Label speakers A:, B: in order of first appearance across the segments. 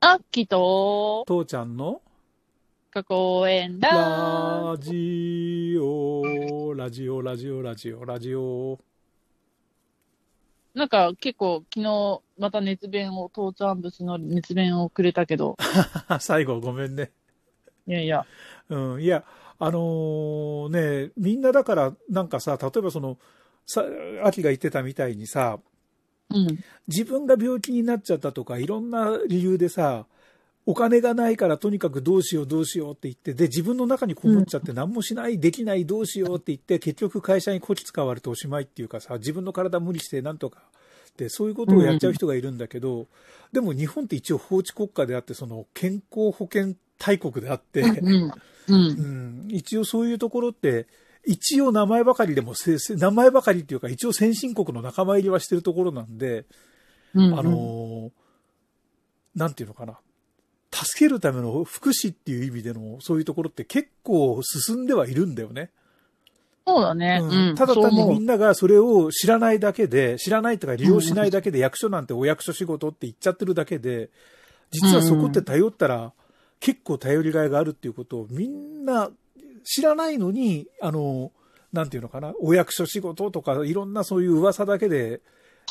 A: 秋と、
B: 父ちゃんの
A: 過去演
B: ラ
A: だ。
B: ジオ、ラジオ、ラジオ、ラジオ、ラジオ。
A: なんか結構昨日また熱弁を、父ちゃん節の熱弁をくれたけ ど、
B: 最後ごめんね。
A: いやいや、
B: うん、いや、あのーね、みんなだから、なんかさ、例えばその、さ、秋が言ってたみたいにさ、
A: うん。
B: 自分が病気になっちゃったとか、いろんな理由でさ、お金がないからとにかくどうしようどうしようって言って、で、自分の中にこもっちゃって何もしない、できない、どうしようって言って、結局会社にこき使われておしまいっていうかさ、自分の体無理してなんとか。で、そういうことをやっちゃう人がいるんだけど、でも日本って一応法治国家であって、その健康保険大国であって、
A: うん。うん。
B: うん、一応そういうところって、一応名前ばかりでもせ、せ名前ばかりっていうか、一応先進国の仲間入りはしてるところなんで、
A: うん。
B: あのーなんていうのかな。助けるための福祉っていう意味での、そういうところって結構進んではいるんだよね。
A: そうだね。
B: う
A: うんん。
B: ただ単
A: そう
B: に
A: 思う
B: みんながそれを知らないだけで、知らないとか利用しないだけで役所なんてお役所仕事って言っちゃってるだけで、実はそこって頼ったら結構頼りがいがあるっていうことをみんな知らないのに、あの、なんていうのかな、お役所仕事とかいろんなそういう噂だけで、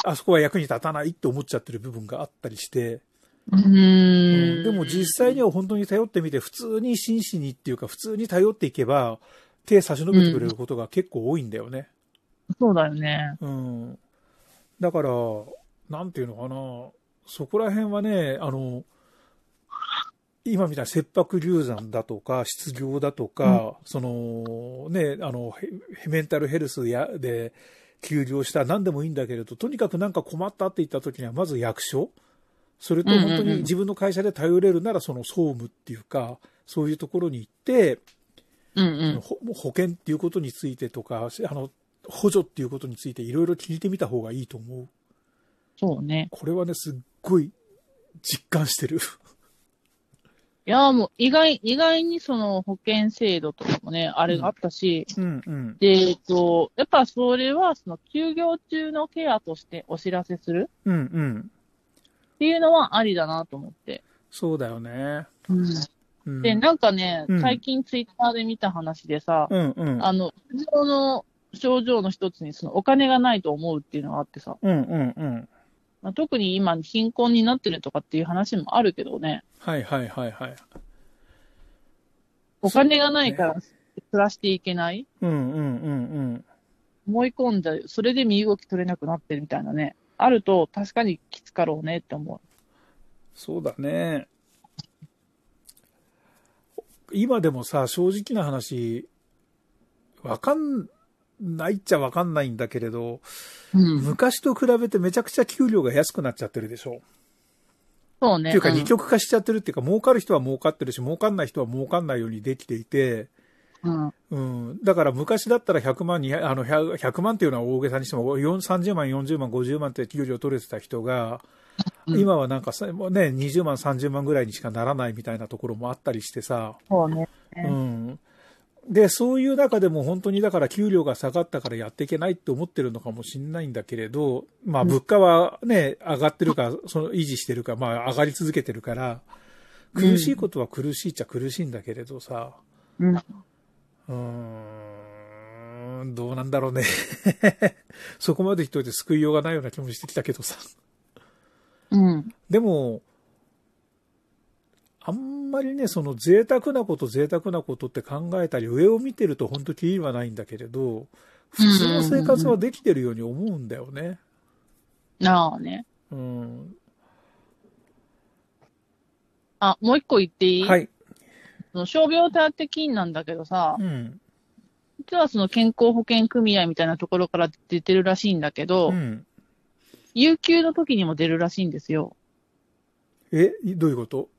B: あそこは役に立たないって思っちゃってる部分があったりして、
A: うーん。
B: でも実際には本当に頼ってみて、普通に真摯にっていうか普通に頼っていけば、手差し伸べてくれることが結構多いんだよね。
A: そうだよね。
B: うん。だから、なんていうのかな、そこら辺はね、あの、今みたいな切迫流産だとか、失業だとか、その、ね、あの、ヘメンタルヘルスやで休業した、何でもいいんだけれど、とにかくなんか困ったって言った時には、まず役所それと
A: うんうんうん
B: 本当に自分の会社で頼れるなら、その総務っていうか、そういうところに行って、
A: うん
B: ほ保険っていうことについてとか、しあの、補助っていうことについていろいろ聞いてみた方がいいと思う。
A: そうね。
B: これはね、すっごい実感してる。
A: いや、もう意外、意外にその保険制度とかもね、あれがあったし、
B: うんうん。
A: で、えっと、やっぱそれは、その休業中のケアとしてお知らせする
B: うんうん。
A: っていうのはありだなと思って。
B: そうだよね。うん。
A: で、なんかね
B: うん、
A: 最近ツイッターで見た話でさ、
B: うんうん。
A: あの、不況の症状の一つに、そのお金がないと思うっていうのがあってさ、
B: うんうんうん。
A: まあ、特に今貧困になってるとかっていう話もあるけどね、
B: はいはいはいはい。
A: お金がないから暮らしていけない
B: うんうんうんうん。
A: 思い込んだ、それで身動き取れなくなってるみたいなね。あると、確かにきつかろうねって思
B: そうだね。今でもさ、正直な話、わかんないっちゃわかんないんだけれど、
A: う。うん。
B: 昔と比べてめちゃくちゃ給料が安くなっちゃってるでしょ。
A: そう
B: っ
A: ね。
B: ていうか
A: ん
B: 二極化しちゃってるっていうか、儲かる人は儲かってるし、儲かんない人は儲かんないようにできていて、
A: うん。
B: うん。だから昔だったら100万に、あの、100, 100万っていうのは大げさにしても、4 30万、40万、50万って給料取れてた人が、
A: うん
B: 今はなんかさ、もうね、20万、30万ぐらいにしかならないみたいなところもあったりしてさ、
A: そうね。う
B: うん。で、そういう中でも本当にだから給料が下がったからやっていけないって思ってるのかもしれないんだけれど、まあ
A: うん
B: 物価はね、上がってるか、その維持してるか、まあ上がり続けてるから、苦しいことは苦しいっちゃ苦しいんだけれどさ、
A: うん。
B: うーん、どうなんだろうね。 そこまで言っといて救いようがないような気もしてきたけどさ。
A: うん。
B: でも、あんまりね、その贅沢なこと贅沢なことって考えたり、上を見てると本当キリはないんだけれど、普通の生活はできてるように思うんだよね。
A: なあね。
B: うん。
A: あ、もう一個言っていい、
B: はい。
A: その傷病手当金なんだけどさ
B: う、ん。
A: 実はその健康保険組合みたいなところから出てるらしいんだけど、
B: うん。
A: 有給の時にも出るらしいんですよ。
B: え、どういうこと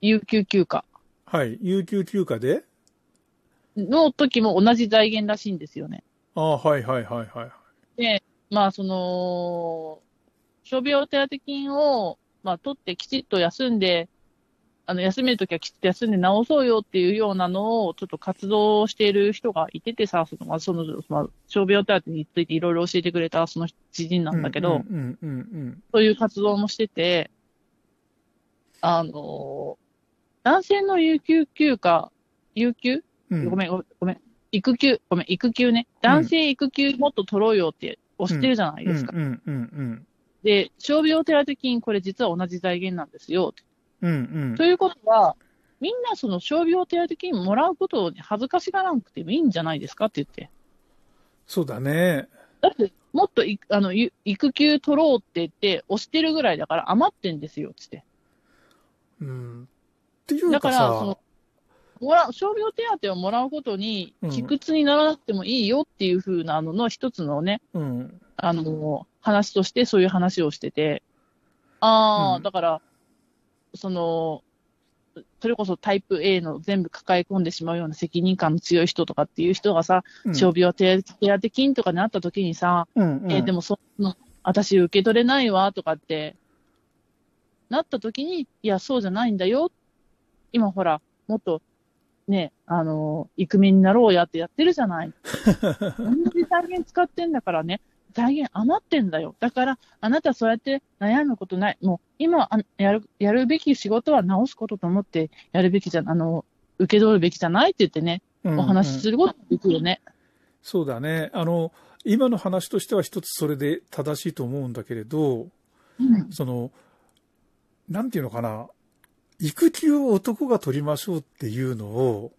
A: 有給休暇
B: はい。有給休暇で
A: の時も同じ財源らしいんですよね。
B: ああ、はいはいはいはい。
A: で、まあ、その、傷病手当金を、まあ、取ってきちっと休んで、あの、休めるときはきちっと休んで治そうよっていうようなのを、ちょっと活動している人がいててさ、その、まあ、その、まあ、傷病手当についていろいろ教えてくれた、その知人なんだけど、
B: うんうんうん
A: そういう活動もしてて、あの、男性の有給休暇、有給、
B: うん
A: ごめん、ごめんごめん。育休、ごめん、育休ね。男性育休もっと取ろうよって押してるじゃないですか。
B: うんうん
A: で、傷病手当金、これ実は同じ財源なんですよ。
B: うん。うん
A: ということは、みんなその傷病手当金もらうことに恥ずかしがらなくてもいいんじゃないですかって言って。
B: そうだね。
A: だって、もっといあのゆ育休取ろうって言って、押してるぐらいだから余ってんですよって言って。
B: うん。っていう
A: だか、
B: から
A: そ
B: さ
A: の、もらう、傷病手当をもらうことに
B: うん、
A: 卑屈にならなくてもいいよっていう風なのの一つのね、
B: うん。
A: あの、話としてそういう話をしてて、ああ、
B: うん
A: だから、その、それこそタイプ A の全部抱え込んでしまうような責任感の強い人とかっていう人がさ、
B: うん
A: 傷病手当手当金とかになった時にさ、
B: うんうん
A: えー でもその、私受け取れないわとかって、なった時に、いや、そうじゃないんだよ。今ほら、もっと、ね、あのー、イクメンになろうやってやってるじゃない。同じ財源使ってんだからね、財源余ってんだよ。だから、あなたそうやって悩むことない。もう、今あやる、やるべき仕事は直すことと思ってやるべきじゃ、あの、受け取るべきじゃないって言ってね、お話し
B: うんうん
A: することができるよね。
B: そうだね。あの、今の話としては一つそれで正しいと思うんだけれど、
A: うん
B: その、なんていうのかな、育休を男が取りましょうっていうのを、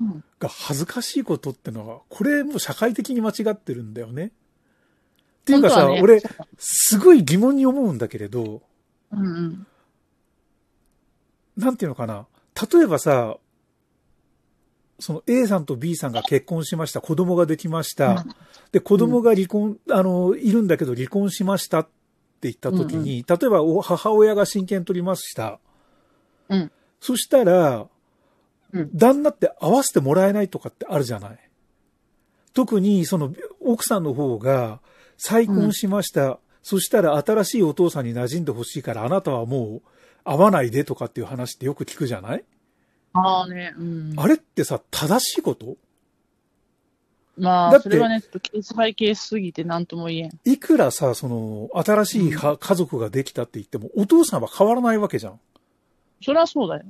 A: うん
B: が恥ずかしいことってのは、これもう社会的に間違ってるんだよね。っていうかさ、
A: 本当はね
B: 俺、すごい疑問に思うんだけれど、
A: うんうん。
B: なんていうのかな、例えばさ、その A さんと B さんが結婚しました、子供ができました、で、子供が離婚、あの、いるんだけど離婚しましたって言った時に、例えばお母親が親権取りました。
A: うん
B: そしたら、
A: うん
B: 旦那って合わせてもらえないとかってあるじゃない。特に、その、奥さんの方が、再婚しました。そしたら新しいお父さんに馴染んでほしいから、あなたはもう会わないでとかっていう話ってよく聞くじゃない、
A: ああね、うん。
B: あれってさ、正しいこと
A: ま
B: だ
A: あ、
B: っ
A: そ
B: て
A: れはね、ちょっとケースバイケースすぎて何とも言えん。
B: いくらさ、その、新しいは家族ができたって言っても、お父さんは変わらないわけじゃん。
A: それはそうだよ。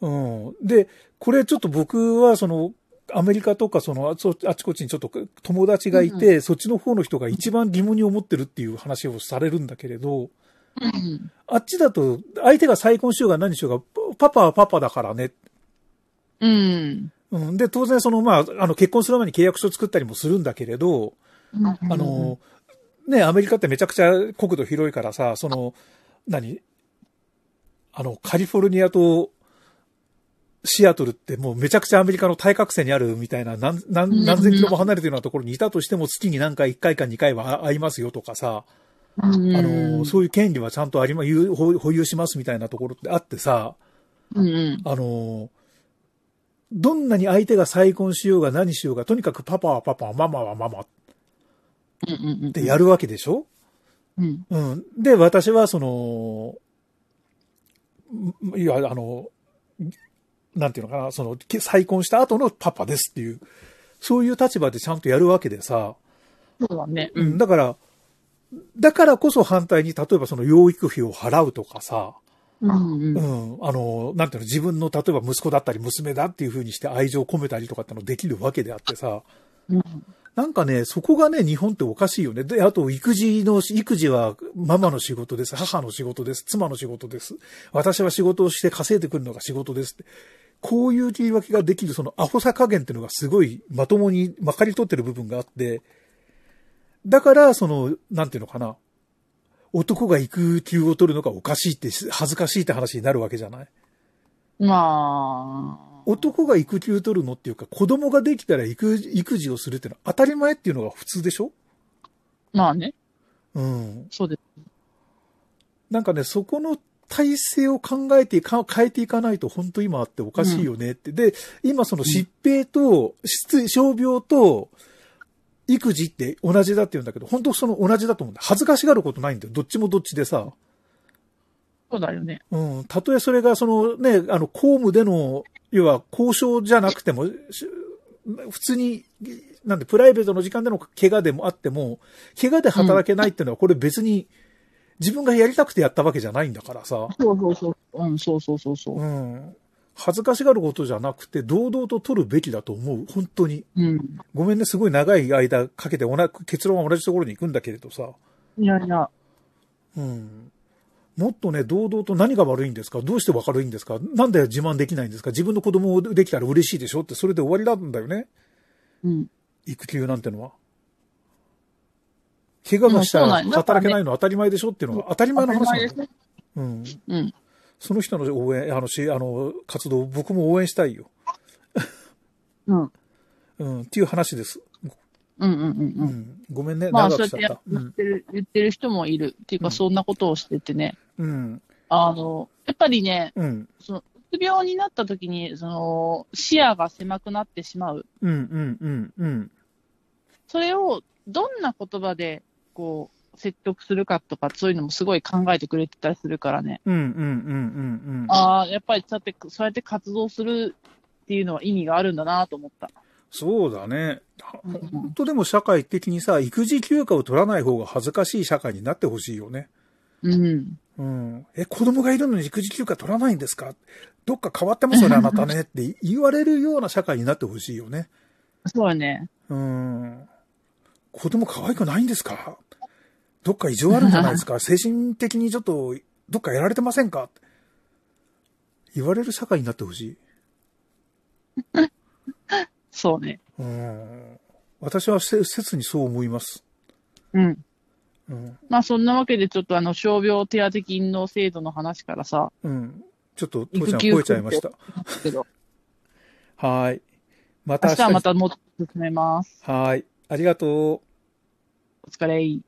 B: うん。で、これちょっと僕は、その、アメリカとか、その、あそあちこちにちょっと友達がいて、そっちの方の人が一番疑問に思ってるっていう話をされるんだけれど、
A: うん。
B: あっちだと、相手が再婚しようが何しようが、パパはパパだからね。
A: うん。
B: うん。で、当然、その、まあ、あの、結婚する前に契約書作ったりもするんだけれど、
A: あ
B: あの、ね、アメリカってめちゃくちゃ国土広いからさ、その、何あの、カリフォルニアとシアトルってもうめちゃくちゃアメリカの対角線にあるみたいな、何、何何千キロも離れてるようなところにいたとしても月に何回1回か2回は会いますよとかさ、
A: あ
B: あの、そういう権利はちゃんとありま、有保保有しますみたいなところってあってさ、
A: うんうん。
B: あの、どんなに相手が再婚しようが何しようが、とにかくパパはパパ、ママはママっ
A: うんうんうん。
B: てやるわけでしょ、
A: うん。
B: うん。で、私は、その、んいや、あの、なんていうのかな、その、け再婚した後のパパですっていう、そういう立場でちゃんとやるわけでさ、
A: そうだね。
B: うん、だから、だからこそ反対に、例えばその養育費を払うとかさ、
A: うんう。
B: うんん、あの、なんていうの、自分の、例えば息子だったり娘だっていう風にして愛情を込めたりとかってのできるわけであってさ、
A: うん
B: なんかね、そこがね、日本っておかしいよね。で、あと、育児の、育児はママの仕事です、母の仕事です、妻の仕事です。私は仕事をして稼いでくるのが仕事ですって。こういう切り分けができる、そのアホさ加減っていうのがすごいまともにまかり取ってる部分があって、だから、その、なんていうのかな。男が育休を取るのがおかしいって、恥ずかしいって話になるわけじゃない
A: まあ。
B: 男が育休取るのっていうか、子供ができたら育育児をするっていうのは当たり前っていうのが普通でしょ
A: まあね。
B: うん。
A: そうです。
B: なんかね、そこの体制を考えていか、変えていかないと本当今あっておかしいよねって。で、今その疾病と、失傷病と、育児って同じだって言うんだけど、本当その同じだと思うんだ。恥ずかしがることないんだよ。どっちもどっちでさ。
A: そうだよね。
B: うん。たとえそれがそのね、あの、公務での、要は交渉じゃなくても、し普通に、なんで、プライベートの時間での怪我でもあっても、怪我で働けないっていうのは、これ別に自分がやりたくてやったわけじゃないんだからさ、
A: そうそうそう。うん、そうそうそうそう
B: う。ん。恥ずかしがることじゃなくて、堂々と取るべきだと思う。本当に。
A: うん。
B: ごめんね、すごい長い間かけて同じ、結論は同じところに行くんだけれどさ、
A: いやいや。
B: うん。もっとね、堂々と何が悪いんですかどうして悪いんですかなんで自慢できないんですか自分の子供できたら嬉しいでしょって、それで終わりなんだよね。
A: うん。
B: 育休なんてのは。怪我がした
A: まあそ
B: ら
A: うなんだ
B: 働けないの当たり前でしょっていうのが当たり前の話なんだよ。
A: ね。
B: うん。
A: うん。
B: その人の応援、あの、しあの、活動、僕も応援したいよ。
A: うん。
B: うん。っていう話です。
A: うんうんうん
B: う
A: うん。
B: ん。ごめんね、
A: まあ、
B: 長
A: そう
B: く
A: やってや
B: しちゃった。う
A: 言っ
B: ん。
A: てる、言ってる人もいる。っていう
B: う
A: か、
B: ん
A: そんなことをしててね。
B: うん。
A: あの、やっぱりね、
B: うん。
A: うつ病になった時に、その、視野が狭くなってしまう。
B: うん。うん。うん。うん。
A: それを、どんな言葉で、こう、説得するかとか、そういうのもすごい考えてくれてたりするからね。
B: うん。うん。うん。うん。
A: ああ、やっぱりそうやって、そうやって活動するっていうのは意味があるんだなと思った。
B: そうだ
A: うん
B: ね。
A: うん
B: 本当でも社会的にさ、育児休暇を取らない方が恥ずかしい社会になってほしいよね。
A: うん。
B: うん。え、子供がいるのに育児休暇取らないんですかどっか変わって ますよね、あなたね。って言われるような社会になってほしいよね。
A: そうやね。
B: うん。子供可愛くないんですかどっか異常あるんじゃないです か精神的にちょっと、どっかやられてませんか言われる社会になってほしい。
A: そうね。
B: うん。私はせ切にそう思います。
A: うん。
B: うん。
A: まあそんなわけでちょっとあの、傷病手当金の制度の話から さ、
B: うん。ちょっと、父ちゃん
A: 育休
B: 超えちゃいました。
A: けど、
B: はい。また
A: 明
B: 明
A: 日は
B: 日
A: またもっと進めます。
B: はい。ありがとう。
A: お疲れ。